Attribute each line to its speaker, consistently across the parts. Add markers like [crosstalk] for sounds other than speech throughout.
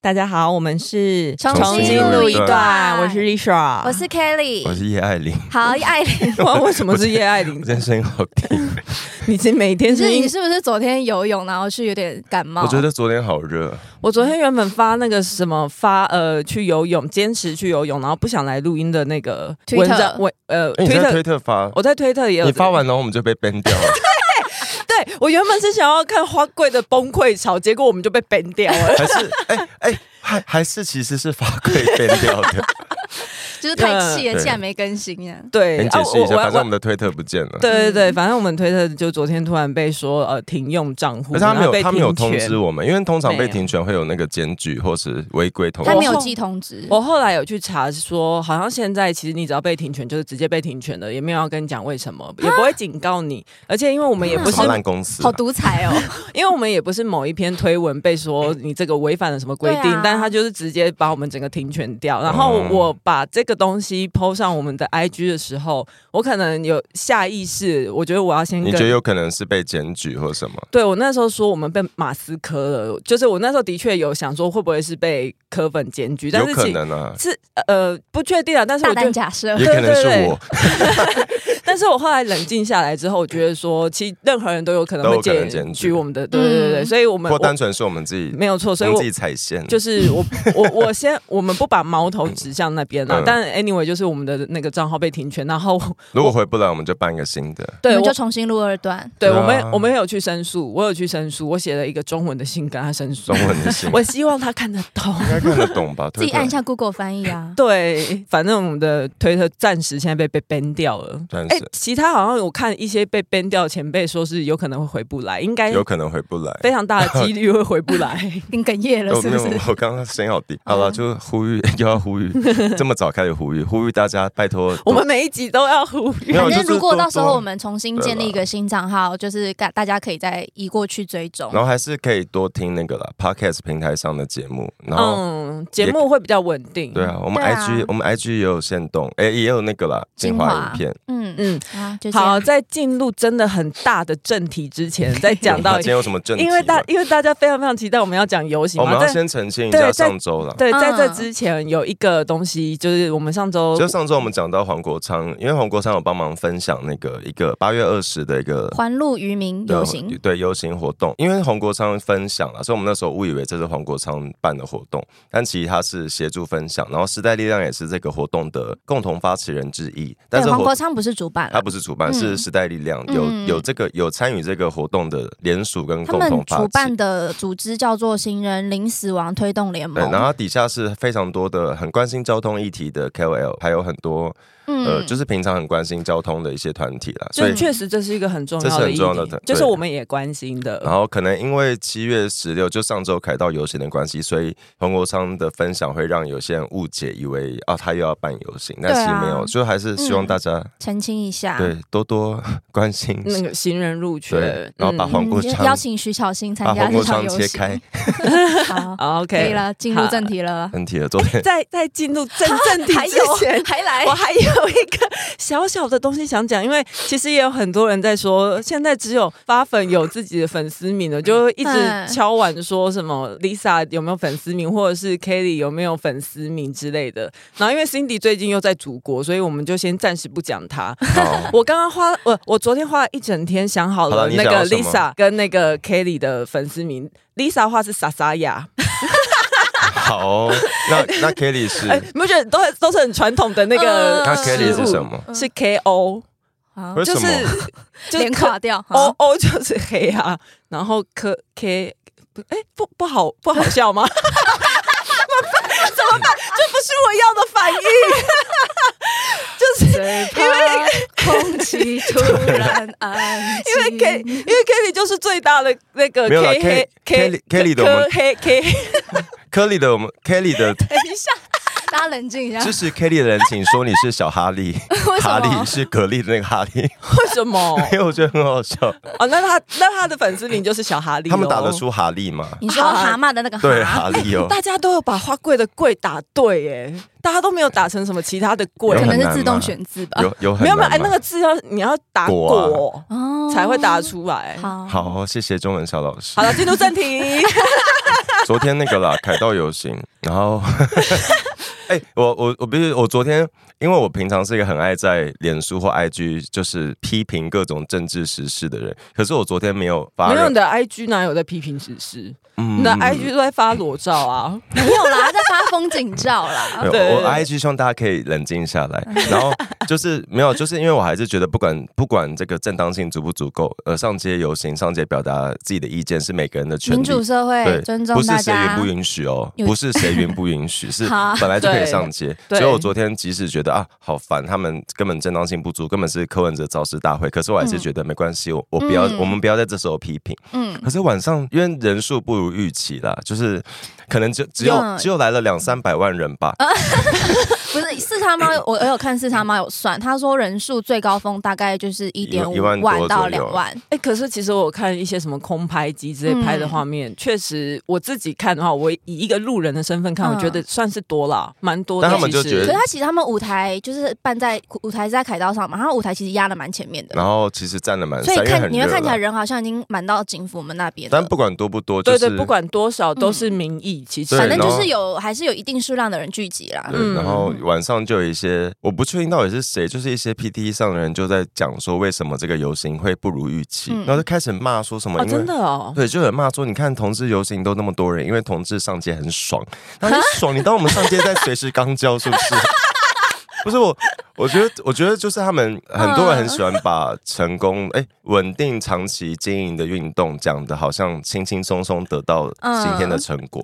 Speaker 1: 大家好，我们是
Speaker 2: 重
Speaker 1: 新
Speaker 2: 新
Speaker 1: 录
Speaker 2: 录
Speaker 1: 一
Speaker 2: 一
Speaker 1: 段
Speaker 2: 段，
Speaker 1: 我是 Lisha，
Speaker 2: 啊我是 Kelly，
Speaker 3: 我是叶爱玲，
Speaker 1: 哦
Speaker 2: 好艾 [laughs] 琳。
Speaker 1: 我 [laughs] 为什么是叶爱玲 [laughs]
Speaker 3: 我？今天声音好低，
Speaker 1: 你今每天
Speaker 2: 可
Speaker 1: 是
Speaker 2: 是
Speaker 1: 因
Speaker 2: 你是不是昨天游泳，然后是有点感冒？
Speaker 3: 我觉得昨天好热，
Speaker 1: 我昨天原本发那个什么发呃去游泳，坚持去游泳，然后不想来录音的那个
Speaker 2: Twitter
Speaker 1: 文章，我呃推
Speaker 3: 哎你在
Speaker 1: 特
Speaker 3: 推，特发，
Speaker 1: 我在推特也有
Speaker 3: 你发，完然后我们就被 ban 掉
Speaker 1: [laughs]
Speaker 3: 了，
Speaker 1: 对我原本是想要看花贵的崩溃潮，结果我们就被 ban 掉了。 [laughs]
Speaker 3: 还是哎哎还还是其实是法规 ban 掉的，
Speaker 2: 就是太气了，
Speaker 3: 对
Speaker 2: 竟然没更新呀。
Speaker 1: [laughs] 对，
Speaker 3: 你解释一下，
Speaker 1: 啊
Speaker 3: 反正我们的推特不见了，
Speaker 1: 对对对，反正我们推特就昨天突然被说呃停用账户，
Speaker 3: 而且他
Speaker 1: 然
Speaker 3: 没
Speaker 1: 后
Speaker 3: 有
Speaker 1: 被
Speaker 3: 他没有
Speaker 1: 停
Speaker 3: 通
Speaker 1: 权
Speaker 3: 知我们，因为通常
Speaker 1: 没
Speaker 3: 被
Speaker 1: 有
Speaker 3: 停权会有那个检举或是违规通知
Speaker 2: 他，没有寄通知，
Speaker 1: 我后来有去查说，好像现在其实你只要被停权，就是直接被停权的，也没有要跟你讲为什么，也不会警告你。而且因为我们也不是
Speaker 3: 啊好，烂公司啊
Speaker 2: 好，独裁哦。
Speaker 1: 因为我们也不是某一篇推文被说你这个违反了什么规定，
Speaker 2: 对啊
Speaker 1: 但他就是直接把我们整个停权掉。然后
Speaker 3: 哦
Speaker 1: 我把这个东西 PO 上我们的 IG 的时候，我可能有下意识，我觉得我要先
Speaker 3: 你觉得
Speaker 1: 跟。
Speaker 3: 有可能是被检举或什么？
Speaker 1: 对我那时候说我们被马斯科了，就是我那时候的确有想说会不会是被科粉检举，但
Speaker 3: 有
Speaker 1: 是
Speaker 3: 可
Speaker 1: 其
Speaker 3: 能啊，
Speaker 1: 是呃不确定啊，但是
Speaker 2: 大
Speaker 1: 我觉得
Speaker 2: 胆假设
Speaker 3: 也，可能是
Speaker 1: 对对
Speaker 3: 我， [laughs]
Speaker 1: 但是我后来冷静下来之后，我觉得说，其实任何人都有可能
Speaker 3: 都
Speaker 1: 会
Speaker 3: 有可能
Speaker 1: 检
Speaker 3: 检
Speaker 1: 举
Speaker 3: 举
Speaker 1: 我们的，对对对对，
Speaker 2: 嗯
Speaker 1: 所以我们
Speaker 3: 或
Speaker 1: 我
Speaker 3: 单纯是我们自己，
Speaker 1: 没有错，所以
Speaker 3: 我们
Speaker 1: 我
Speaker 3: 自己踩线，
Speaker 1: 就是我我我先我们不把矛头指向那边了
Speaker 3: 嗯，
Speaker 1: 但 anyway 就是我们的那个账号被停权，然
Speaker 2: [laughs]
Speaker 1: 后
Speaker 3: 如果回不来，我们就办一个新的。
Speaker 2: 我
Speaker 1: 对
Speaker 2: 们
Speaker 1: 我
Speaker 2: 就重新录二段。
Speaker 1: 对
Speaker 3: 对啊
Speaker 1: 我们我们有去申诉，我有去申诉，我写了一个中文的信跟他申诉
Speaker 3: 中，文的信
Speaker 1: 我希望他看得懂。。
Speaker 3: 应该看得懂吧？
Speaker 2: 自己
Speaker 3: 推特
Speaker 2: 按一下 Google 翻译啊
Speaker 1: [laughs] 对，反正我们的推特暂时现在被被 ban 掉了。
Speaker 3: 但
Speaker 1: 哎、
Speaker 3: 是
Speaker 1: 其他好像我看一些被 ban 掉的前辈说是有可能会回不来，应该
Speaker 3: 有可能回不来。
Speaker 1: 哎非常大的几率会回不
Speaker 3: [laughs]
Speaker 1: 来。
Speaker 2: 你哽咽了
Speaker 3: 哦
Speaker 2: 是
Speaker 3: 没
Speaker 2: 不
Speaker 3: 有
Speaker 2: 是？
Speaker 3: 我刚刚声音好低。好
Speaker 1: 嗯
Speaker 3: 了，就呼吁，又要呼吁，这么早开始呼吁，呼吁大家，
Speaker 1: [laughs]
Speaker 3: 拜托，
Speaker 1: 我们每一集都要呼吁。
Speaker 3: 没有
Speaker 2: 反正
Speaker 3: 就是
Speaker 2: 如果
Speaker 3: 多
Speaker 2: 到时候
Speaker 3: 多
Speaker 2: 我们重新建立一个新账号，就是大大家可以再移过去追踪
Speaker 3: 然。后还是可以多听那个啦，Podcast 平台上的节目。然后，
Speaker 1: 嗯，节目会比较稳定。
Speaker 3: 对啊，我们
Speaker 2: 对啊
Speaker 3: IG 我们 IG 也有限动，哎，也有那个啦，精
Speaker 2: 精
Speaker 3: 华
Speaker 2: 华
Speaker 3: 影片。
Speaker 2: 嗯
Speaker 1: 嗯，
Speaker 2: 啊，就这
Speaker 1: 好，
Speaker 2: 样。
Speaker 1: 在进入真的很大的正题之前，再讲
Speaker 3: 哇
Speaker 1: 到
Speaker 3: [laughs] 今，天有什么啊正题吗？哦
Speaker 1: 因为大因为大家非常非常期待我们要讲游行
Speaker 3: 哦我
Speaker 1: 嘛，
Speaker 3: 们要
Speaker 1: 在
Speaker 3: 先澄清一
Speaker 1: 对
Speaker 3: 下
Speaker 1: 在
Speaker 3: 上周啦。
Speaker 1: 对，
Speaker 2: 嗯
Speaker 1: 在这之前有一个东西，就是我们上周
Speaker 3: 就上周我们讲到黄国昌，因为黄国昌有帮忙分享那个一个八月二十的一个
Speaker 2: 环路渔民游行，
Speaker 3: 对游行活动，因为黄国昌分享了，所以我们那时候误以为这是黄国昌办的活动，但其实他是协助分享，然后时代力量也是这个活动的共同发起人之一，但
Speaker 2: 对，
Speaker 3: 是
Speaker 2: 黄
Speaker 3: 活
Speaker 2: 国昌不是主办
Speaker 3: 他
Speaker 2: 了，
Speaker 3: 不是主办，
Speaker 2: 嗯
Speaker 3: 是时代力量
Speaker 2: 嗯
Speaker 3: 有有这个有参与这个活动的联署跟
Speaker 2: 他
Speaker 3: 共
Speaker 2: 们
Speaker 3: 同发
Speaker 2: 主
Speaker 3: 起
Speaker 2: 办。的组织叫做“行人零死亡推动联
Speaker 3: 对，
Speaker 2: 盟
Speaker 3: 然后”。他底下是非常多的很关心交通议题的 KOL，还有很多、
Speaker 2: 嗯
Speaker 3: 呃，就是平常很关心交通的一些团体啦。所
Speaker 1: 就
Speaker 3: 以
Speaker 1: 确实这是一个很重要
Speaker 3: 这是
Speaker 1: 的
Speaker 3: 很
Speaker 1: 议
Speaker 3: 重要的
Speaker 1: 题
Speaker 3: 对，
Speaker 1: 就是我们也关心
Speaker 3: 然
Speaker 1: 的。
Speaker 3: 后可能因为七月十六就上周凯到游行的关系，所以黄国昌的分享会让有些人误解，以为啊他又要办游行，但
Speaker 2: 对啊嗯啊
Speaker 3: 其实没有，就还是希望大家、
Speaker 2: 澄清一下，嗯
Speaker 3: 对
Speaker 2: [laughs]
Speaker 3: 多多关心，
Speaker 1: 那个行人入群
Speaker 3: 对，，然后把
Speaker 1: 嗯
Speaker 3: 黄国
Speaker 2: 就
Speaker 3: 昌、
Speaker 2: 邀请徐小新参
Speaker 3: 把
Speaker 2: 加
Speaker 3: 黄
Speaker 2: 这
Speaker 3: 国
Speaker 2: 场
Speaker 3: 昌
Speaker 2: 游
Speaker 3: 切
Speaker 2: 戏。
Speaker 3: 开，
Speaker 2: [laughs]
Speaker 1: [laughs]
Speaker 2: 好，
Speaker 1: 好
Speaker 2: 可以
Speaker 1: ，OK，
Speaker 2: 了，进入正题了。
Speaker 3: 很体了，昨天
Speaker 1: 在在进入真正题
Speaker 2: [laughs] 还
Speaker 1: 之前
Speaker 2: 有，还来
Speaker 1: 我，还有一个小小的东西想讲，因为其实也有很多人在说，现在只有发粉有自己的粉丝名了，就一直
Speaker 2: 嗯
Speaker 1: 敲碗说什么 Lisa 有没有粉丝名，或者是 Kelly 有没有粉丝名之类的。然后因为 Cindy 最近又在祖国，所以我们就先暂时不讲
Speaker 2: [laughs]
Speaker 1: 她。。
Speaker 3: 好
Speaker 1: 我刚刚花我我昨天花了一整天想好
Speaker 3: 好
Speaker 1: 了
Speaker 3: 了你
Speaker 1: 那
Speaker 3: 想
Speaker 1: 个
Speaker 3: 要什么
Speaker 1: Lisa 跟那个 Kelly 的粉丝名，Lisa 的话是莎莎雅，
Speaker 3: 好哦、那那 Kelly
Speaker 2: [laughs]
Speaker 3: 是、
Speaker 1: 哎，你不觉得都都是很传统的那个
Speaker 2: 嗯
Speaker 3: 那
Speaker 2: 食
Speaker 3: Kelly 是
Speaker 1: 物
Speaker 3: 什么？
Speaker 1: 是 K O，
Speaker 2: 好
Speaker 3: 为什
Speaker 1: 就
Speaker 3: 么？
Speaker 1: 是就
Speaker 2: 脸垮掉。
Speaker 1: O
Speaker 3: 哦
Speaker 2: 好
Speaker 1: O 哦 [laughs] 就是黑啊，然后科 K 不哎不不好不好笑吗？ [laughs] 怎么办？怎么办？这不是我要的反应，就是
Speaker 2: 因为
Speaker 4: 空气突然
Speaker 3: [laughs]
Speaker 4: 安静。
Speaker 1: 因为 K，因为 Kelly 就是最大的那个
Speaker 3: 没有啦
Speaker 1: K 黑
Speaker 3: Kelly- Kelly 的我们
Speaker 1: 科黑 K，
Speaker 3: 科里
Speaker 2: [laughs]
Speaker 3: 的我们 Kelly 的
Speaker 4: 等一下，大家冷
Speaker 2: 啊
Speaker 4: 静一下。
Speaker 3: 支持 Kelly 的人，请说你是小哈
Speaker 2: [laughs]
Speaker 3: 利，哈利是蛤蜊的那个哈利， [laughs]
Speaker 1: 为什么？
Speaker 3: 因为我觉得很好笑。
Speaker 1: 哦，那他那他的粉丝名就是小哈利，
Speaker 3: 他们打得。出哈利吗？
Speaker 2: 你说蛤蟆的
Speaker 1: [laughs]
Speaker 2: 那个蛤，
Speaker 3: 对，哈利哦，
Speaker 1: 大家都有把花贵的贵打对耶，大家都没有打成什么其他的贵
Speaker 4: 可，能
Speaker 3: 很
Speaker 4: 是
Speaker 3: 难
Speaker 4: 自动
Speaker 3: 吗
Speaker 4: 选字吧。
Speaker 3: 有有很
Speaker 1: 没有没有，哎，
Speaker 3: 难吗
Speaker 1: 那个字要你要打
Speaker 3: 果啊
Speaker 1: 果
Speaker 2: 哦
Speaker 1: 才会打得出来。
Speaker 2: 好，
Speaker 3: 好，谢谢中文小老师
Speaker 1: 好。了，进入正题。
Speaker 3: 昨天那个
Speaker 1: [laughs]
Speaker 3: 啦，凯道游行，然后， [laughs] 哎、我我我必须，我昨天，因为我平常是一个很爱在脸书或 IG 就是批评各种政治时事的人，可是我昨天没有发
Speaker 1: 没有
Speaker 3: 任
Speaker 1: 你，的 IG 哪有在批评时事？
Speaker 3: 嗯
Speaker 1: 你的 IG 都在发裸照啊，
Speaker 2: 嗯
Speaker 4: 没有啦，他在发风景照啦。
Speaker 3: [laughs] 没有
Speaker 1: 对
Speaker 3: 我 IG 希望大家可以冷静下
Speaker 1: [laughs]
Speaker 3: 来，然后就是没有，就是因为我还是觉得不管不管这个正当性足不足够，呃，上街游行、上街表达自己的意见是每个人的权
Speaker 2: 民
Speaker 3: 利，
Speaker 2: 主社会
Speaker 3: 对，
Speaker 2: 哎尊重
Speaker 3: 不是
Speaker 2: 大
Speaker 3: 谁允
Speaker 2: 家
Speaker 3: 不。允许哦，
Speaker 2: 有
Speaker 3: 不是谁允不
Speaker 2: [laughs]
Speaker 3: 允许，是
Speaker 2: 好
Speaker 3: 本来就可以
Speaker 1: 对
Speaker 3: 上街。
Speaker 1: 对
Speaker 3: 所以我昨天即使觉得啊好烦，他们根本正当性不足，根本是柯文哲造势大会，可是我还是觉得没关系，我我不要，
Speaker 2: 嗯
Speaker 3: 我们不要在这时候批评。
Speaker 2: 嗯，
Speaker 3: 可是晚上因为人数不如预期啦，就是可能就只有、
Speaker 2: 嗯呃
Speaker 3: 只有来了两三百万人吧，
Speaker 2: 不是四叉猫，我我有看四叉猫有算，他说人数最高峰大概就是一点
Speaker 3: 一
Speaker 2: 五
Speaker 3: 万
Speaker 2: 万
Speaker 3: 多
Speaker 2: 到
Speaker 3: 左右
Speaker 2: 两万，
Speaker 1: 哎、可是其实我看一些什么空拍机之类拍的画面，
Speaker 2: 嗯
Speaker 1: 确、实我自己看的话，我以一个路人的身份看，
Speaker 2: 嗯
Speaker 1: 我觉得算是多啦，蛮多的。
Speaker 3: 但他们就
Speaker 1: 其
Speaker 3: 觉
Speaker 1: 实
Speaker 3: 得
Speaker 2: 可是他其实他们舞台就是办在舞台是在凯道上嘛，他们舞台其实压的蛮前面的
Speaker 3: 然，后其实站了蛮，
Speaker 2: 所以
Speaker 3: 三月
Speaker 2: 看
Speaker 3: 很
Speaker 2: 你会
Speaker 3: 热
Speaker 2: 看起来
Speaker 3: 啦，
Speaker 2: 人好像已经满到景福门那边
Speaker 3: 但
Speaker 2: 了。
Speaker 3: 不管多不多，就
Speaker 1: 对
Speaker 3: 是
Speaker 1: 对，不管多少都是民意，其实
Speaker 2: 嗯
Speaker 3: 对
Speaker 2: 反正就
Speaker 3: 然后
Speaker 2: 是有还是有一定数量的人聚集啦。
Speaker 3: 对，
Speaker 1: 嗯
Speaker 3: 然后晚上就有一些，我不确定到底是谁，就是一些 PT 上的人就在讲说为什么这个游行会不如预期，
Speaker 2: 嗯
Speaker 3: 然后就开始骂说什么，
Speaker 1: 哦，
Speaker 3: 因为、
Speaker 1: 真的哦，
Speaker 3: 对，就有人骂说你看同志游行都那么多人，因为同志上街很爽，他很爽，你当我们上街在随时刚交是不 [laughs] 是？不是我，我觉得，我觉得就是他们很多人很喜欢把成功、哎、稳定、长期经营的运动讲的好像轻轻松松得到今天的成果，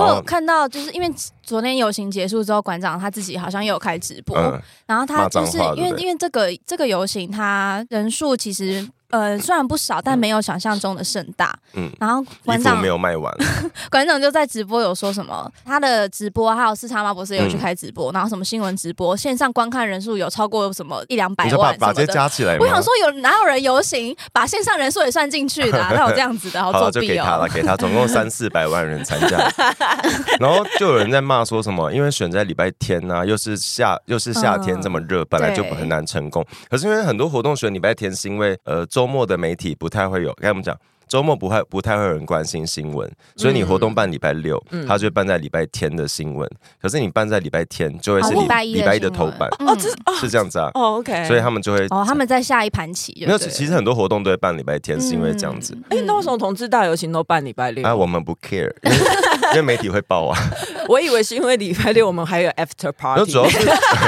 Speaker 2: 嗯我
Speaker 3: 后
Speaker 2: 有看到，就是因为昨天游行结束之后，馆长他自己好像也有开直播，
Speaker 3: 嗯，
Speaker 2: 然后他
Speaker 3: 骂
Speaker 2: 就
Speaker 3: 脏
Speaker 2: 是
Speaker 3: 话
Speaker 2: 因为
Speaker 3: 对不对
Speaker 2: 因为这个这个游行，它人数其实呃虽然不少，但没有想象中的盛大。
Speaker 3: 嗯
Speaker 2: 然后
Speaker 3: 衣
Speaker 2: 馆
Speaker 3: 服
Speaker 2: 长
Speaker 3: 没有卖完，
Speaker 2: 馆长就在直播有说什么，他的直播还有四叉猫博士也有去
Speaker 3: 嗯
Speaker 2: 开直播，然后什么新闻直播，线上观看人数有超过什么一两百
Speaker 3: 你就把
Speaker 2: 万
Speaker 3: 把
Speaker 2: 什么
Speaker 3: 这些
Speaker 2: 的。
Speaker 3: 加起来吗？
Speaker 2: 我想说有哪有人游行把线上人数也算进去的、啊？
Speaker 3: [laughs]
Speaker 2: 哪有这样子的？
Speaker 3: 好
Speaker 2: 好
Speaker 3: 了，
Speaker 2: 作
Speaker 3: 就给
Speaker 2: 弊
Speaker 3: 他
Speaker 2: 哦 [laughs]
Speaker 3: 了，！给他，总共三四百万人参加，然后就有人在骂说什么，因为选在礼拜天呐、又是夏又是夏天这么热，本来就
Speaker 2: 嗯对
Speaker 3: 很难成功。可是因为很多活动选礼拜天，是因为呃周末的媒体不太会有，该怎么讲？周末不太不太会有人关心新闻，所以你活动办礼拜六，
Speaker 1: 嗯
Speaker 3: 它就会办在礼拜天的新闻。可是你办在礼拜天，就会是
Speaker 2: 哦
Speaker 3: 礼
Speaker 2: 礼拜一的
Speaker 3: 礼拜一的
Speaker 2: 新
Speaker 3: 头
Speaker 2: 闻
Speaker 3: 版，
Speaker 1: 哦，这是哦
Speaker 3: 是这样子啊。
Speaker 1: 哦，OK，
Speaker 3: 所以他们就会
Speaker 2: 哦，他们在下一盘棋就
Speaker 3: 没有，
Speaker 2: 对了，
Speaker 3: 其实很多活动都会办礼拜天，是因为这样子。
Speaker 2: 嗯。
Speaker 1: 哎、那
Speaker 3: [laughs]
Speaker 1: 为什么同志大游行都办礼拜六？
Speaker 3: 啊，我们不 care，因为
Speaker 2: [laughs]
Speaker 3: 因为媒体会报啊。
Speaker 1: 我以为是因为礼拜六我们还有 after
Speaker 3: 然后
Speaker 1: party，
Speaker 3: 主要是， [laughs]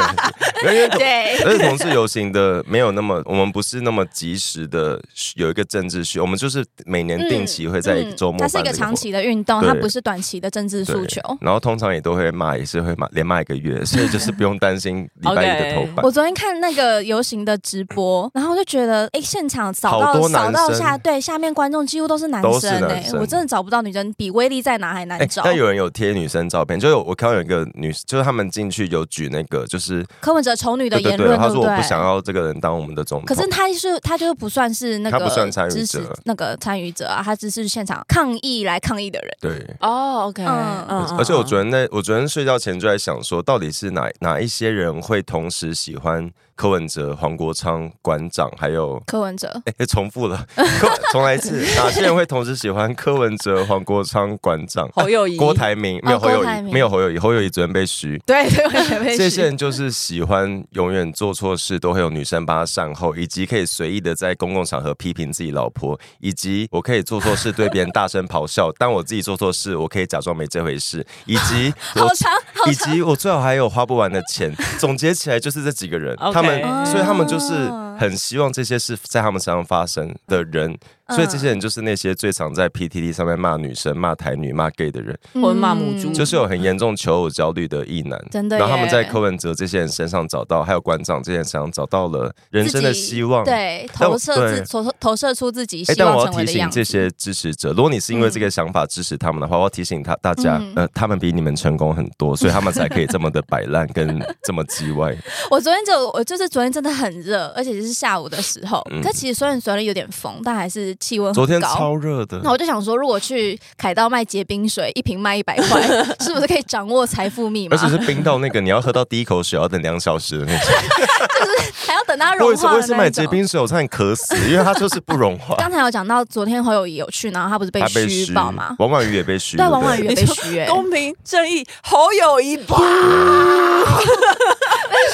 Speaker 3: 因为
Speaker 2: 对，
Speaker 3: 而且同志游行的没有那么，我们不是那么及时的有一个政治需，我们就是每年定期会在周末
Speaker 2: 嗯它
Speaker 3: 办
Speaker 2: 是一
Speaker 3: 这
Speaker 2: 个
Speaker 3: 活
Speaker 2: 长期的运动，
Speaker 3: 对
Speaker 2: 它不是短期的政治诉求。
Speaker 3: 对然后通常也都会骂，也是会骂，连骂一个月，所以就是不用担
Speaker 2: [laughs]
Speaker 3: 心礼拜一的头版
Speaker 2: 我。昨天看那个游行的直播，然后我就觉得，哎、现场扫
Speaker 3: 好
Speaker 2: 到
Speaker 3: 多
Speaker 2: 扫
Speaker 3: 男
Speaker 2: 到
Speaker 3: 生
Speaker 2: 下，对，下面观众几乎都是男
Speaker 3: 都是
Speaker 2: 生哎、
Speaker 3: 男生
Speaker 2: 我真的找不到女生，比威力在哪还难
Speaker 3: 哎
Speaker 2: 找。，
Speaker 3: 但有人有贴女生照片，就有我看到有一个女，就是他们进去有举那个，就是
Speaker 2: 柯文哲丑女的
Speaker 3: 对对
Speaker 2: 言
Speaker 3: 对，
Speaker 2: 论，
Speaker 3: 他说
Speaker 2: 不
Speaker 3: 我
Speaker 2: 对？
Speaker 3: 不想要这个人当我们的总
Speaker 2: 可
Speaker 3: 统
Speaker 2: 是。他是他就不算是那个
Speaker 3: 他不算参与者
Speaker 2: 支持那个参与者啊，他只是现场抗议来抗议的人。
Speaker 3: 对，
Speaker 1: 哦，OK，
Speaker 2: 嗯
Speaker 3: 而且我昨天在我昨天睡觉前就在想说，到底是哪哪一些人会同时喜欢柯文哲、黄国昌馆长，还有
Speaker 2: 柯文哲，
Speaker 3: 哎、重
Speaker 2: [laughs]
Speaker 3: 复了，柯重来一次，哪些人会同时喜欢柯文哲、黄国昌馆长、
Speaker 1: 侯友谊
Speaker 3: 郭台铭？没有
Speaker 2: 哦
Speaker 3: 侯友
Speaker 2: 郭台
Speaker 3: 谊，
Speaker 2: 铭
Speaker 3: 没有侯友谊，侯友谊昨天被虚。
Speaker 2: 对对，我也
Speaker 3: 这些人就是喜欢永远做错事都会有女生帮他善后，以及可以随意的在公共场合批评自己老婆，以及我可以做错事对别人大声咆哮，但我自己做错事我可以假装没这回事，以及我
Speaker 2: 好长好
Speaker 3: 以
Speaker 2: 长。
Speaker 3: 及我最好还有花不完的钱。总结起来就是这几个人，
Speaker 1: OK
Speaker 3: 他们，
Speaker 1: 哦
Speaker 3: 所以他们就是很希望这些事在他们身上发生的人，所以这些人就是那些最常在 PTT 上面骂女生、骂台女、骂 gay 的人，
Speaker 1: 或者骂母猪
Speaker 2: 嗯
Speaker 3: 就是有很严重求偶焦虑的异男。
Speaker 2: 真的耶，
Speaker 3: 然后他们在柯文哲这些人身上找到，还有馆长这些人身上找到了人生的
Speaker 2: 自己
Speaker 3: 希望。
Speaker 2: 对
Speaker 3: 但我
Speaker 2: 投射自
Speaker 3: 对
Speaker 2: 投投射出自己希
Speaker 3: 哎，但我
Speaker 2: 望
Speaker 3: 要
Speaker 2: 成为
Speaker 3: 提
Speaker 2: 的
Speaker 3: 醒
Speaker 2: 样子。
Speaker 3: 这些支持者，如果你是因为这个想法支持他们的话，我要提醒他大家
Speaker 2: 嗯，
Speaker 3: 呃，他们比你们成功很多，所以他们才可以这么的摆烂
Speaker 2: [laughs]
Speaker 3: 跟这么叽歪。
Speaker 2: 我昨天就我就是昨天真的很热，而且是下午的时候。
Speaker 3: 嗯
Speaker 2: 可其实虽然昨天有点风，但还是气温很
Speaker 3: 昨天
Speaker 2: 高
Speaker 3: 超热的
Speaker 2: 那，我就想说，如果去凯道卖结冰水，一瓶卖一百
Speaker 3: [laughs]
Speaker 2: 块，是不是可以掌握财富密码
Speaker 3: 而？且是冰到那个你要喝到第一口水要等两小时的那种。
Speaker 2: 还要等它 [laughs]
Speaker 3: 我
Speaker 2: 融
Speaker 3: 也是，
Speaker 2: 化
Speaker 3: 我
Speaker 2: 的
Speaker 3: 也是买
Speaker 2: 那
Speaker 3: 结
Speaker 2: 种。
Speaker 3: 冰水，我差点渴死，因为它就是不融化。
Speaker 2: [laughs] 刚才有讲到，昨天侯友谊有去，然后他不是被
Speaker 3: 他被
Speaker 2: 虚报吗？
Speaker 3: 王婉瑜也被虚，
Speaker 2: 对，
Speaker 3: 不
Speaker 2: 王婉瑜也被
Speaker 1: 你说
Speaker 2: 虚、
Speaker 3: [laughs]
Speaker 2: 欸， [laughs]
Speaker 1: 公平正义，侯友谊吧，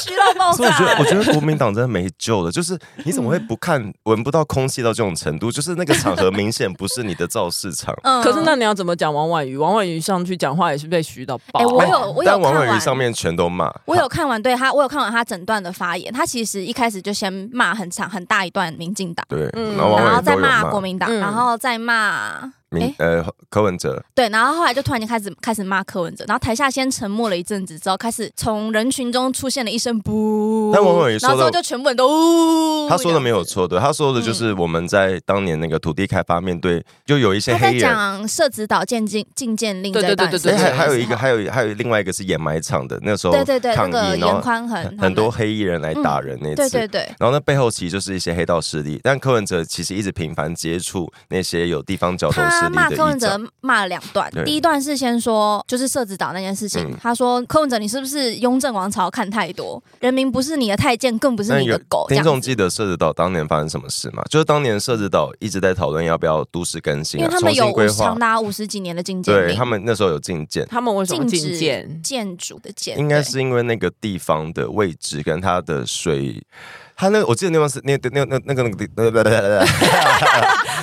Speaker 2: 虚到爆
Speaker 3: 所以我觉得，
Speaker 2: 炸。
Speaker 3: 我。觉得国民党真的没救了。就是你怎么会不看、闻不到空气到这种程度？就是那个场合明显不是你的造势场
Speaker 2: 嗯
Speaker 1: 可是那你要怎么讲王婉瑜？王婉瑜上去讲话也是被虚到爆。
Speaker 2: 哎、我有 [laughs] 我有
Speaker 3: 但
Speaker 2: 看
Speaker 3: 王
Speaker 2: 完
Speaker 3: 婉瑜上面全都骂，
Speaker 2: 我有看完对他，我有看完他整段的发言。他其实一开始就先骂很长很大一段民进党，
Speaker 3: 对，
Speaker 1: 嗯
Speaker 3: 然后王
Speaker 2: 然
Speaker 3: 婉
Speaker 2: 后
Speaker 3: 瑜都
Speaker 2: 再
Speaker 3: 有骂
Speaker 2: 骂国民党，哎
Speaker 1: 嗯
Speaker 2: 然后再骂
Speaker 3: 民
Speaker 2: 诶
Speaker 3: 呃柯文哲，
Speaker 2: 对，然后后来就突然间开始开始骂柯文哲，然后台下先沉默了一阵子，之后开始从人群中出现了一声不，
Speaker 3: 但王婉瑜说
Speaker 2: 然
Speaker 3: 的
Speaker 2: 后之后就全部人都呜，
Speaker 3: 他说的没有错，对，他说的就是我们在当年那个土地开发面对，就有一
Speaker 2: 这样嗯子。
Speaker 3: 些
Speaker 2: 他
Speaker 3: 黑
Speaker 2: 在
Speaker 3: 人。
Speaker 2: 讲社指导建禁禁建令
Speaker 1: 对
Speaker 2: 这
Speaker 1: 对
Speaker 2: 段
Speaker 1: 对
Speaker 2: 事
Speaker 1: 对
Speaker 2: 情
Speaker 3: 哎，
Speaker 2: 的时候，
Speaker 3: 还还有一个，还有还有另外一个是掩埋场的，那时候
Speaker 2: 对对对，那
Speaker 3: 抗议，
Speaker 2: 个严
Speaker 3: 然后
Speaker 2: 宽恒他们嗯
Speaker 3: 很多，黑衣人来打人那
Speaker 2: 对
Speaker 3: 次，
Speaker 2: 对对，
Speaker 3: 然后那背后其实就是一些黑道势力，但柯文哲其实一直频繁接触那些有地方角头势
Speaker 2: 他
Speaker 3: 力
Speaker 2: 骂
Speaker 3: 的
Speaker 2: 柯文
Speaker 3: 议
Speaker 2: 哲
Speaker 3: 长。
Speaker 2: 骂了两段
Speaker 3: 对，
Speaker 2: 第一段是先说就是社指导那件事情，
Speaker 3: 嗯
Speaker 2: 他说柯文哲你是不是雍正王朝看太多，人民不是你的太监，更不是
Speaker 3: 那
Speaker 2: 你的
Speaker 3: 有
Speaker 2: 狗，这
Speaker 3: 听
Speaker 2: 样
Speaker 3: 众
Speaker 2: 子。
Speaker 3: 记得社子岛当年发生什么事吗？就是当年社子岛一直在讨论要不要都市更新、
Speaker 2: 因为
Speaker 3: 啊，
Speaker 2: 他
Speaker 3: 重
Speaker 2: 们有
Speaker 3: 新
Speaker 2: 五
Speaker 3: 规
Speaker 2: 十
Speaker 3: 划
Speaker 2: 长。达五十几年的禁建
Speaker 3: 对
Speaker 2: 令
Speaker 3: 他，们那时候有进建，
Speaker 1: 他们为什么
Speaker 2: 禁
Speaker 1: 禁
Speaker 2: 止
Speaker 1: 见？
Speaker 2: 建筑的建
Speaker 3: 应该
Speaker 2: 对
Speaker 3: 是因为那个地方的位置跟它的水，它那个我记得那地方是那那那那个那个那个
Speaker 2: [laughs]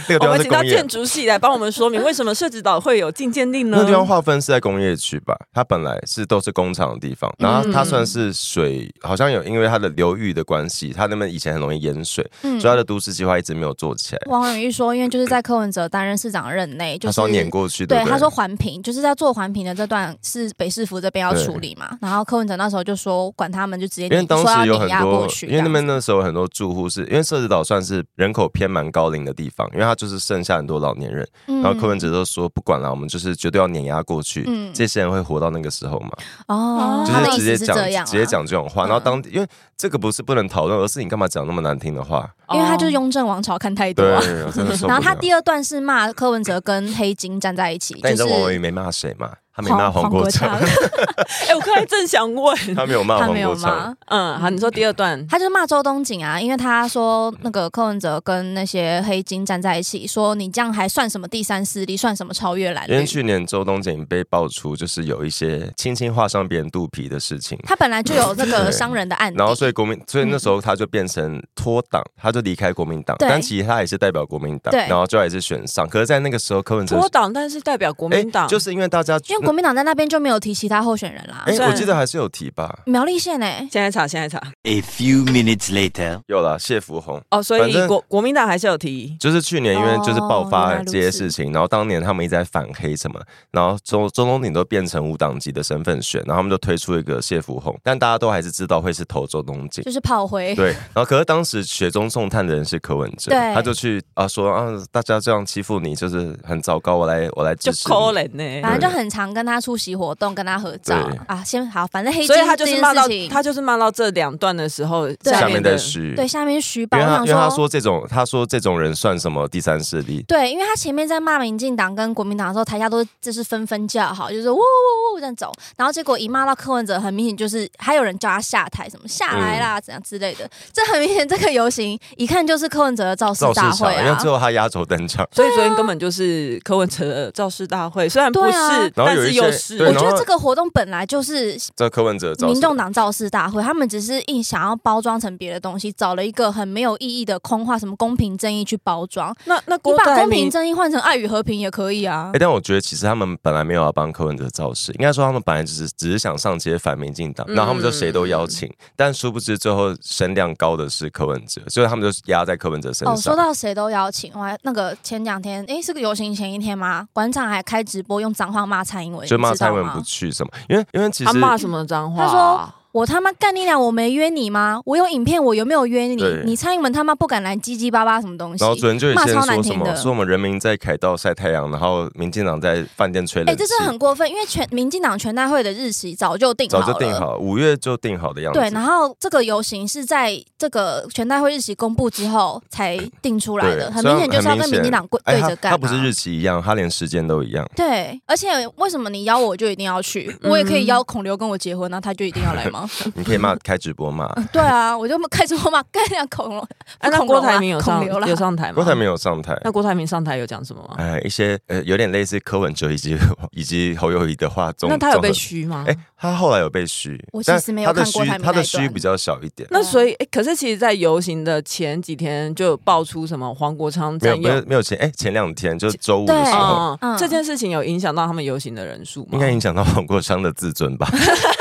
Speaker 3: 那个地
Speaker 1: 我
Speaker 3: 方
Speaker 1: 们
Speaker 3: 是
Speaker 1: 请到
Speaker 3: 工业
Speaker 1: 建，筑系来帮我们说明为什么社指导会有禁建令呢？
Speaker 3: 那地方划分是在工业区吧？它本来是都是工厂的地方，然后
Speaker 2: 嗯
Speaker 3: 它它算是水，好像有因为它的流域的关系，它那边以前很容易淹水，
Speaker 2: 嗯
Speaker 3: 所以它的都市计划一直没有做起来。
Speaker 2: 王婉瑜说，因为就是在柯文哲担任市长任内，就
Speaker 3: 他
Speaker 2: 是
Speaker 3: 说要碾过去，
Speaker 2: 对
Speaker 3: 不对？
Speaker 2: 他说环评，就是在做环评的这段是北市府这边要处理嘛。然后柯文哲那时候就说，管他们就直接
Speaker 3: 因为
Speaker 2: 碾
Speaker 3: 当
Speaker 2: 说要
Speaker 3: 时有
Speaker 2: 碾
Speaker 3: 很
Speaker 2: 压
Speaker 3: 多
Speaker 2: 过，去，
Speaker 3: 因为那边
Speaker 2: 这样子
Speaker 3: 那时候很多住户是因为社子岛算是人口偏蛮高龄的地方，因为它就是剩下很多老年人，
Speaker 2: 嗯
Speaker 3: 然后柯文哲就说不管了，我们就是绝对要碾压过去，
Speaker 2: 嗯
Speaker 3: 这些人会活到那个时候嘛，
Speaker 2: 哦，
Speaker 3: 就
Speaker 2: 他的
Speaker 3: 是
Speaker 2: 意
Speaker 3: 直
Speaker 2: 思
Speaker 3: 接
Speaker 2: 是
Speaker 3: 讲
Speaker 2: 这样啊，
Speaker 3: 直接讲这种话，然后当因为这个不是不能讨论，而是你干嘛讲那么难听的话？
Speaker 2: 啊因为他就是
Speaker 1: 用。
Speaker 2: 雍正王朝看太多
Speaker 3: 对，
Speaker 2: 啊。
Speaker 3: 我真的受不了
Speaker 2: 然后他第二段是骂柯文哲跟黑金站在一起，
Speaker 3: 但
Speaker 2: 就
Speaker 3: 你知
Speaker 2: 是
Speaker 3: 道王伟没骂谁吗？他没骂黄国昌，
Speaker 1: 哎、我刚才正想问，
Speaker 3: [laughs] 他没有骂
Speaker 2: 他
Speaker 3: 黄
Speaker 2: 没有
Speaker 3: 国
Speaker 2: 骂
Speaker 3: 昌。。
Speaker 1: 嗯，好，你说第二段，
Speaker 2: 他就是骂周东锦啊，因为他说那个柯文哲跟那些黑金站在一起，说你这样还算什么第三势力，算什么超越蓝
Speaker 3: 因为
Speaker 2: 绿？
Speaker 3: 去年周东锦被爆出就是有一些轻轻划伤别人肚皮的事情，
Speaker 2: 他本来就有那个
Speaker 3: [laughs] 对
Speaker 2: 商人的案底，
Speaker 3: 然后所以国民，所以那时候他就变成脱党，他就离开国民党，
Speaker 2: 对
Speaker 3: 但其实他也是代表国民党，
Speaker 2: 嗯对
Speaker 3: 然后最后也是选上。可是，在那个时候，柯文哲
Speaker 1: 脱党，但是代表国民党，
Speaker 3: 就是因为大家，
Speaker 2: 因为国民党在那边就没有提其他候选人啦。
Speaker 3: 哎、
Speaker 1: 虽然
Speaker 3: 我记得还是有提吧，
Speaker 2: 苗栗县哎、
Speaker 1: 现在查，现在查。
Speaker 5: A few minutes later.
Speaker 3: 有啦，谢福宏。
Speaker 1: 哦，所
Speaker 3: 反
Speaker 1: 以
Speaker 3: 正
Speaker 1: 国国民党还是有提，
Speaker 3: 就是去年因为就是爆
Speaker 2: 哦原
Speaker 3: 发
Speaker 2: 来如此
Speaker 3: 这些事情，然后当年他们一直在反黑什么，然后周周东鼎都变成无党籍的身份选，然后他们就推出一个谢福宏，但大家都还是知道会是投周东锦。
Speaker 2: 就是炮灰。
Speaker 3: 对，然后可是当时雪中送炭的人是柯文哲，
Speaker 2: 对
Speaker 3: 他就去啊说啊大家这样欺负你就是很糟糕，我来我来
Speaker 1: 就
Speaker 3: 支持你。
Speaker 1: 扣人呢。
Speaker 2: 反正就很常跟他出席活动，跟他合照
Speaker 3: 对
Speaker 2: 啊。先好，反正黑金
Speaker 1: 所以他就是骂到
Speaker 2: 这件事情
Speaker 1: 他就是骂到这两段的时候，
Speaker 3: 下面
Speaker 1: 面
Speaker 3: 再
Speaker 1: 的
Speaker 3: 虚，
Speaker 2: 对下面徐宝，
Speaker 3: 因为
Speaker 2: 我
Speaker 3: 他
Speaker 2: 想
Speaker 3: 因为他说这种他说这种人算什么第三势力？
Speaker 2: 对，因为他前面在骂民进党跟国民党的时候，台下都是就是纷纷叫好，就是呜呜呜这样走，然后结果一骂到柯文哲，很明显就是还有人叫他下台，什么下
Speaker 3: 嗯
Speaker 2: 来啦，怎样之类的。这很明显，这个游行一看就是柯文哲的造势
Speaker 3: 造势
Speaker 2: 大
Speaker 3: 场，
Speaker 2: 会
Speaker 3: 因为
Speaker 2: 啊
Speaker 3: 最。后他压轴登场。
Speaker 1: 啊所以昨天根本就是柯文哲的造势大会，虽然不
Speaker 2: 对啊
Speaker 1: 是，
Speaker 3: 然后
Speaker 1: 但
Speaker 3: 有有一些
Speaker 1: 有事
Speaker 3: 对
Speaker 2: 我
Speaker 3: 然
Speaker 2: 觉
Speaker 3: 后
Speaker 2: 得这个活动本来就是
Speaker 3: 这柯文哲造成的
Speaker 2: 民众党造势大会，他们只是硬想要包装成别的东西，找了一个很没有意义的空话，什么公平正义去包装。
Speaker 1: 那那
Speaker 2: 你
Speaker 1: 郭
Speaker 2: 把
Speaker 1: 台
Speaker 2: 公
Speaker 1: 铭
Speaker 2: 平正义换成爱与和平也可以啊
Speaker 3: 哎、。但我觉得其实他们本来没有要帮柯文哲造势，应该说他们本来只是只是想上街反民进党，然后他们就谁都邀
Speaker 2: 嗯
Speaker 3: 请，但殊不知最后声量高的是柯文哲，所以他们就压在柯文哲身
Speaker 2: 哦，
Speaker 3: 上。
Speaker 2: 说到谁都邀请，我还那个前两天，诶，是个游行前一天吗？馆长还开直播用脏话骂蔡英文，
Speaker 3: 就骂
Speaker 2: 你知道
Speaker 3: 蔡文
Speaker 2: 吗啊
Speaker 3: 不去什么，因为因为其实
Speaker 1: 他骂什么脏话、啊
Speaker 2: 他说我他妈干你俩！我没约你吗？我有影片，我有没有约你
Speaker 3: 对？
Speaker 2: 你蔡英文他妈不敢来叽叽巴巴什么东西
Speaker 3: 然后？昨天就有
Speaker 2: 骂
Speaker 3: 些人
Speaker 2: 超难
Speaker 3: 说什
Speaker 2: 听
Speaker 3: 么，
Speaker 2: 的
Speaker 3: 说我们人民在凯道晒太阳，然后民进党在饭店吹
Speaker 2: 哎、
Speaker 3: 冷气，
Speaker 2: 这是很过分，因为全民进党全代会的日期早就定好
Speaker 3: 早
Speaker 2: 了，
Speaker 3: 就定好，五月就定好的样子。
Speaker 2: 对，然后这个游行是在这个全代会日期公布之后才定出来的，
Speaker 3: 对
Speaker 2: 很
Speaker 3: 所以
Speaker 2: 明显就是要跟民进党对
Speaker 3: 哎
Speaker 2: 对
Speaker 3: 他
Speaker 2: 着干、啊
Speaker 3: 他不是日期一样，他连时间都一样。
Speaker 2: 对，而且为什么你邀我就一定要去？
Speaker 1: 嗯
Speaker 2: 我也可以邀孔刘跟我结婚，那他就一定要来
Speaker 3: [laughs]
Speaker 2: 吗？
Speaker 3: 你可
Speaker 2: [laughs]
Speaker 3: 以骂开直播骂，
Speaker 2: 对啊，我就开始我骂干掉 [laughs] 恐龙，
Speaker 1: 哎、那
Speaker 2: 恐
Speaker 1: 郭
Speaker 2: 龙啊
Speaker 1: 台铭有上
Speaker 2: 孔刘啦
Speaker 1: 有上台吗？
Speaker 3: 郭台铭有上台。
Speaker 1: 那郭台铭上台有讲什么吗？
Speaker 3: 哎，一些呃，有点类似柯文哲以及 [laughs] 以及侯友谊的话中，
Speaker 1: 那他有被
Speaker 3: 综合
Speaker 1: 虚吗？
Speaker 3: 哎、他后来有被虚，
Speaker 2: 我其
Speaker 3: 但
Speaker 2: 实没有
Speaker 3: 他的
Speaker 2: 看郭
Speaker 3: 虚
Speaker 2: 台铭
Speaker 3: 他
Speaker 2: 那
Speaker 3: 的
Speaker 2: 一
Speaker 3: 虚
Speaker 2: 段
Speaker 3: 比较小一点，
Speaker 1: 那所以，哎、可是其实，在游行的前几天就爆出什么黄国昌
Speaker 3: 没有
Speaker 1: 占
Speaker 3: 没有
Speaker 1: 用，
Speaker 3: 没有前哎、前两天就是周五的
Speaker 2: 对
Speaker 3: 时候，
Speaker 1: 嗯，
Speaker 2: 嗯
Speaker 1: 这件事情有影响到他们游行的人数吗？
Speaker 3: 应该影响到黄国昌的自尊吧？
Speaker 2: 哦
Speaker 3: [laughs]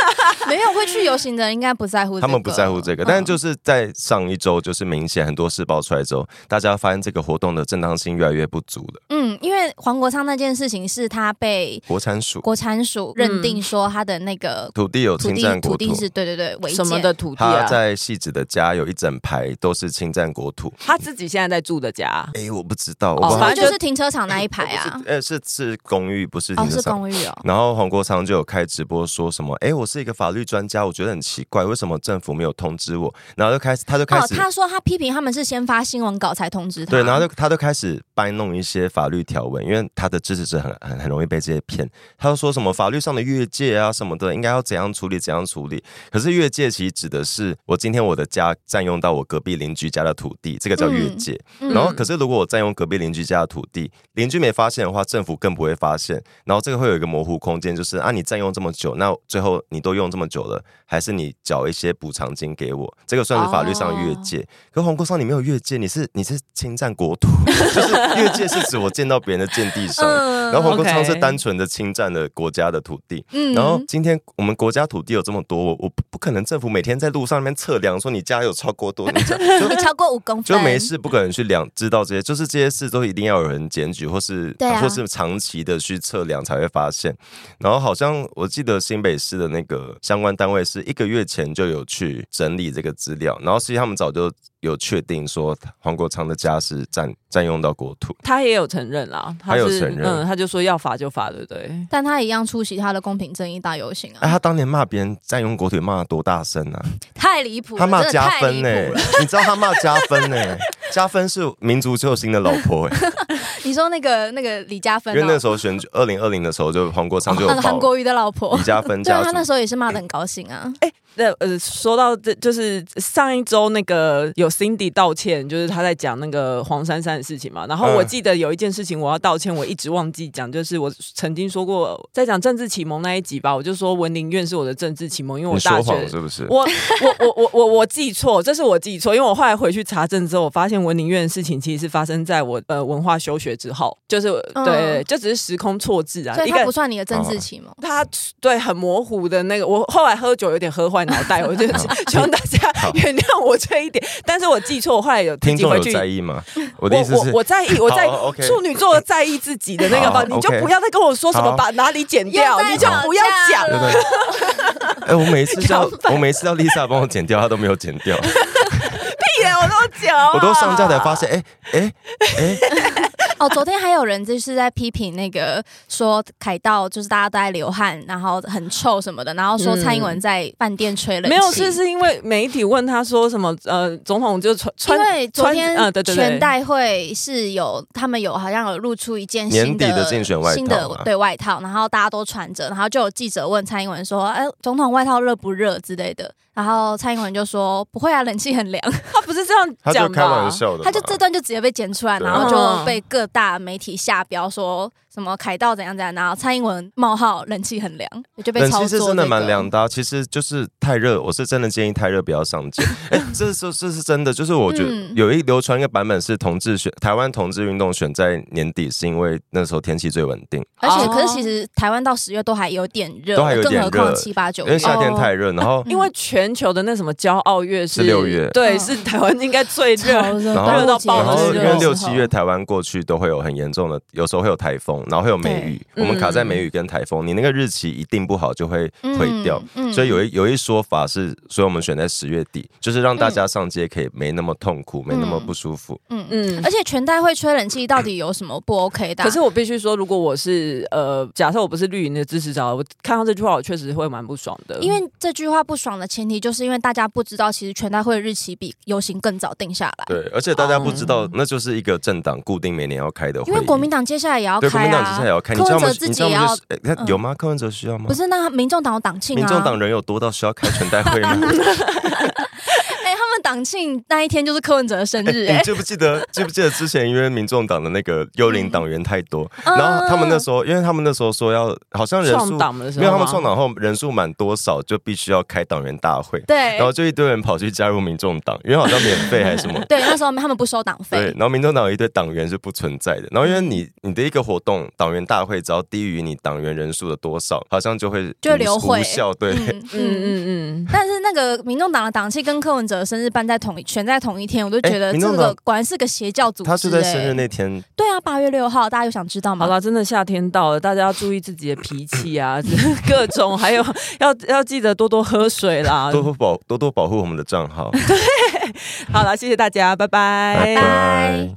Speaker 2: 没有会去游行的人应该不在乎、
Speaker 3: 他们不在乎这个，但
Speaker 2: 嗯
Speaker 3: 就是在上一周，就是明显很多事爆出来之后，大家发现这个活动的正当性越来越不足了。
Speaker 2: 嗯，因为黄国昌那件事情是他被
Speaker 3: 国产署
Speaker 2: 国产署认定说他的那个
Speaker 3: 嗯土地有
Speaker 2: 土
Speaker 3: 侵
Speaker 2: 地、
Speaker 3: 占
Speaker 2: 土
Speaker 3: 国
Speaker 2: 地
Speaker 3: 土，
Speaker 2: 是对对对违建
Speaker 1: 什么的土地
Speaker 3: 他
Speaker 1: 啊？
Speaker 3: 在戏子的家有一整排都是侵占国土。
Speaker 1: 他自己现在在住的家，
Speaker 3: 哎、我不知道，
Speaker 1: 哦
Speaker 3: 我不知道
Speaker 1: 反
Speaker 2: 反
Speaker 1: 正
Speaker 2: 正
Speaker 1: 就
Speaker 2: 就是停车场那一排啊，
Speaker 3: [laughs] 呃，是是公寓，不是
Speaker 2: 哦
Speaker 3: 停车
Speaker 2: 是
Speaker 3: 场。嗯
Speaker 2: 公寓哦，
Speaker 3: 然后黄国昌就有开直播说什么，哎，我是一个法律专家，我觉得很奇怪，为什么政府没有通知我？然后就开始，他就开
Speaker 2: 哦
Speaker 3: 始，
Speaker 2: 他说他批评他们是先发新闻稿才通知他，
Speaker 3: 对，然后就他就开始搬弄一些法律条文，因为他的支持者很很很容易被这些骗。他就说什么法律上的越界啊什么的，应该要怎样处理怎样处理。可是越界其实指的是我今天我的家占用到我隔壁邻居家的土地，这个叫越界。
Speaker 2: 嗯
Speaker 3: 然后，可是如果我占用隔壁邻居家的土地，邻居没发现的话，政府更不会发现。然后这个会有一个模糊空间，就是啊，你占用这么久，那最后你都用这么久了，还是你缴一些补偿金给我？这个算是法律上
Speaker 2: 哦
Speaker 3: 越界。可黄国昌你没有越界，你是你是侵占国土， [laughs] 就是越界是指我见到别人的见地上。
Speaker 2: 嗯
Speaker 3: 然后黄国昌
Speaker 1: OK
Speaker 3: 是单纯的侵占了国家的土地，
Speaker 2: 嗯
Speaker 3: 然后今天我们国家土地有这么多，我我不不可能政府每天在路上那边测量说你家有超过多，你家 [laughs] 就
Speaker 2: 你超过五公分
Speaker 3: 就没，事，不可能去量知道这些，就是这些事都一定要有人检举，或是、
Speaker 2: 对啊
Speaker 3: 或是长期的去测量才会发现。然后好像我记得新北市的那个相关单位是一个月前就有去整理这个资料，然后实际他们早就有确定说黄国昌的家是占占用到国土。
Speaker 1: 他也有承认啦，
Speaker 3: 他
Speaker 1: 是
Speaker 3: 有承认
Speaker 1: 嗯，他就说要罚就罚，对不对？
Speaker 2: 但他一样出席他的公平正义大游行
Speaker 3: 哎，
Speaker 2: 啊，
Speaker 3: 他当年骂别人占用国土骂得多大声啊！
Speaker 2: 太离谱了，
Speaker 3: 他骂
Speaker 2: 真的
Speaker 3: 加
Speaker 2: 太
Speaker 3: 分
Speaker 2: 离
Speaker 3: 呢、
Speaker 2: 谱了
Speaker 3: 你知道他骂加分呢、 [laughs] 加分是民族救星的老
Speaker 2: [laughs]
Speaker 3: 婆哎、
Speaker 2: 你说那个那个李嘉芬、
Speaker 3: 因为那
Speaker 2: 哦，
Speaker 3: 时候选举二零二零的时候，就黄国昌就有
Speaker 2: 那个韩
Speaker 3: 报
Speaker 2: 国瑜的老婆 [laughs]
Speaker 3: [laughs] 李，嘉芬
Speaker 2: 对
Speaker 3: 家
Speaker 2: 啊，
Speaker 3: 族
Speaker 2: 他那时候也是骂的很高兴啊。
Speaker 3: 哎
Speaker 1: 那呃，说到这，就是上一周那个有 Cindy 道歉，就是他在讲那个黄珊珊的事情嘛。然后
Speaker 3: 嗯
Speaker 1: 我记得有一件事情我要道歉，我一直忘记讲，就是我曾经说过，在讲政治启蒙那一集吧，我就说文林院是我的政治启蒙，因为我
Speaker 3: 你
Speaker 1: 大
Speaker 3: 说
Speaker 1: 学
Speaker 3: 谎是不是？
Speaker 1: 我我我我我我记错，这是我记错，因为我后来回去查证之后，我发现文林院的事情其实是发生在我呃文化休学之后，就是
Speaker 2: 嗯
Speaker 1: 对，就只是时空错置啊
Speaker 2: 所，以
Speaker 1: 一
Speaker 2: 他
Speaker 1: 个
Speaker 2: 不算你的政治启蒙，
Speaker 3: 哦
Speaker 1: 他对很模糊的那个，我后来喝酒有点喝坏脑袋，我就
Speaker 3: [laughs]
Speaker 1: [laughs] 希望大家 [laughs] 原谅我这一点。但是我记错，我后来有自
Speaker 3: 听
Speaker 1: 己
Speaker 3: 众
Speaker 1: 回
Speaker 3: 有
Speaker 1: 去。
Speaker 3: 在意吗？我
Speaker 1: 我
Speaker 3: 的意思
Speaker 1: 我
Speaker 3: 是，
Speaker 1: 我在意，我在意
Speaker 3: 好，OK
Speaker 1: 处女座在意自己的那个吧，
Speaker 3: 好
Speaker 1: 你就
Speaker 3: OK
Speaker 1: 不要再跟我说什么
Speaker 3: 好
Speaker 1: 把哪里剪掉，
Speaker 2: 又在
Speaker 1: 你就不要
Speaker 2: 吵架
Speaker 1: 讲
Speaker 2: 了。
Speaker 3: 对
Speaker 1: [laughs]
Speaker 3: 不对？哎，我每一次叫我每一次叫 Lisa 帮我剪掉，她都没有剪掉，
Speaker 1: 哦屁嘞，我都讲，
Speaker 3: [laughs]
Speaker 1: 啊
Speaker 3: 我都上架才发。现，哎哎哎，
Speaker 2: 哦，昨天还有人就是在批评那个说凯道就是大家都在流汗，然后很臭什么的，然后说蔡英
Speaker 3: 嗯
Speaker 2: 文在饭店吹冷气。
Speaker 1: 没有，是是因为媒体问他说什么？呃，总统就穿
Speaker 2: 因
Speaker 1: 穿
Speaker 2: 为昨
Speaker 1: 穿
Speaker 2: 天
Speaker 1: 呃对对对
Speaker 2: 全代会是有他们有好像有露出一件新
Speaker 3: 年底的竞选外套嘛啊
Speaker 2: 新的对外套，然后大家都穿着，然后就有记者问蔡英文说：“哎，总统外套热不热之类的？”然后蔡英文就说：“不会啊，冷气
Speaker 3: [laughs]
Speaker 2: 很凉。”
Speaker 1: 他不是这样
Speaker 3: 她就
Speaker 1: 讲
Speaker 3: 开玩
Speaker 1: 吧？
Speaker 3: 笑的嘛，
Speaker 2: 他就这段就直接被剪出来，
Speaker 3: 对
Speaker 2: 然
Speaker 3: 啊
Speaker 2: 后就被各大媒体下标说什么凯道怎样怎样，然后蔡英文冒号冷气很凉，我就被
Speaker 3: 冷
Speaker 2: 操
Speaker 3: 气
Speaker 2: 作、
Speaker 3: 是
Speaker 2: 这个。
Speaker 3: 真的蛮凉的啊、其实就是太热，我是真的建议太热不要上街。哎、这是这是真的，就是我觉得
Speaker 2: 嗯
Speaker 3: 有一流传一个版本是同志选台湾同志运动选在年底，是因为那时候天气最稳定，
Speaker 2: 而且
Speaker 1: 哦
Speaker 2: 可是其实台湾到十月都还有点热，
Speaker 3: 都还有点
Speaker 2: 更何况
Speaker 3: 热
Speaker 2: 七八九
Speaker 3: 因为
Speaker 2: 月。
Speaker 3: 夏天
Speaker 1: 哦
Speaker 3: 太热，然后
Speaker 1: 因为全球的那什么骄傲月是
Speaker 3: 是六月
Speaker 1: 对，
Speaker 2: 嗯
Speaker 1: 是台湾应该最 [laughs]
Speaker 2: 超
Speaker 1: 热。
Speaker 2: 热，
Speaker 3: 然后
Speaker 2: 端午
Speaker 1: 热到
Speaker 2: 节
Speaker 1: 爆
Speaker 3: 然后
Speaker 1: 了
Speaker 3: 因
Speaker 1: 这
Speaker 3: 为
Speaker 1: 种
Speaker 3: 六七月台湾过去都会有很严重的，有时候会有台风，然后会有梅雨，我
Speaker 1: 对
Speaker 3: 们卡在
Speaker 1: 嗯
Speaker 3: 梅雨跟台风，你那个日期一定不好就会毁掉。，
Speaker 2: 嗯
Speaker 3: 所以有一有一说法是，所以我们选在十月底，就是让大家上街可以没那么痛苦，没那么不舒服。
Speaker 2: 嗯嗯。
Speaker 1: 嗯
Speaker 2: 而，且全代会吹冷气到底有什么不 OK 的啊？
Speaker 1: 可是我必须说，如果我是呃，假设我不是绿营的支持者，我看到这句话，我确实会蛮不爽
Speaker 3: 嗯
Speaker 1: 的。
Speaker 2: 因为这句话不爽的前提，就是因为大家不知道，其实全代会的日期比游行更早定下来。
Speaker 3: 对，而且大家不知道，那就是一个政党固定每年要开的会议。
Speaker 2: 哦因为国民党接下来也要
Speaker 3: 对国
Speaker 2: 开
Speaker 3: 民党接下来
Speaker 2: 啊，
Speaker 3: 要开，你
Speaker 2: 柯
Speaker 3: 知道
Speaker 2: 文
Speaker 3: 吗
Speaker 2: 哲？自
Speaker 3: 你
Speaker 2: 己
Speaker 3: 知道
Speaker 2: 也
Speaker 3: 吗
Speaker 2: 要？嗯
Speaker 3: 哎他有吗？柯文哲需要吗
Speaker 2: 不？是那民众党有党庆啊，
Speaker 3: 民众党人有多到需要开全代
Speaker 2: [laughs]
Speaker 3: 会吗？
Speaker 2: 哎，他们党庆那一天就是柯文哲的生
Speaker 3: [laughs]
Speaker 2: 日，
Speaker 3: 你
Speaker 2: 哎，
Speaker 3: 记不记得？记不记得之前因为民众党的那个幽灵党员太多，
Speaker 2: 嗯
Speaker 3: 然后他们那时候，因为他们那时候说要好像人数
Speaker 1: 创党的时候啊
Speaker 3: 没有他们
Speaker 1: 吗
Speaker 3: 创党后人数满多少就必须要开党员大会，
Speaker 2: 对。
Speaker 3: 然后就一堆人跑去加入民众党，因为好像免费还是什么
Speaker 2: 对，那时候他们不收党
Speaker 3: 对
Speaker 2: 费，，
Speaker 3: 然后民众党有一堆党员是不存在的，然后因为你你的一个活动党员大会只要低于你党员人数的多少，好像就会
Speaker 2: 就留会
Speaker 3: 无效。对，
Speaker 2: 嗯
Speaker 1: 嗯嗯嗯，
Speaker 2: 但是那个民众党的党庆跟柯文哲的生日办在同一选在同一天，我就觉
Speaker 3: 哎
Speaker 2: 得
Speaker 3: 民
Speaker 2: 这
Speaker 3: 众
Speaker 2: 个
Speaker 3: 党
Speaker 2: 果然是个邪教组织、
Speaker 3: [laughs] 他是在生日
Speaker 2: 哎
Speaker 3: 那天
Speaker 2: 对啊，八月六号，大家有想知道吗？
Speaker 1: 好了，真的夏天到了，大家要注意自己的脾气 [laughs] 啊，各种，还有要要记得多多喝水啦。
Speaker 3: 多多保多多保护我们的账号，
Speaker 1: 好了，谢谢大家，拜拜。
Speaker 3: 拜。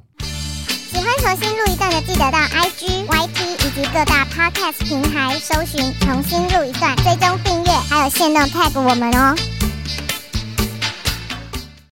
Speaker 6: 喜欢重新录一段的，记得到 IG、YT 以及各大 Podcast 平台搜寻“重新录一段”，追踪订阅，还有限定 tag 我们哦。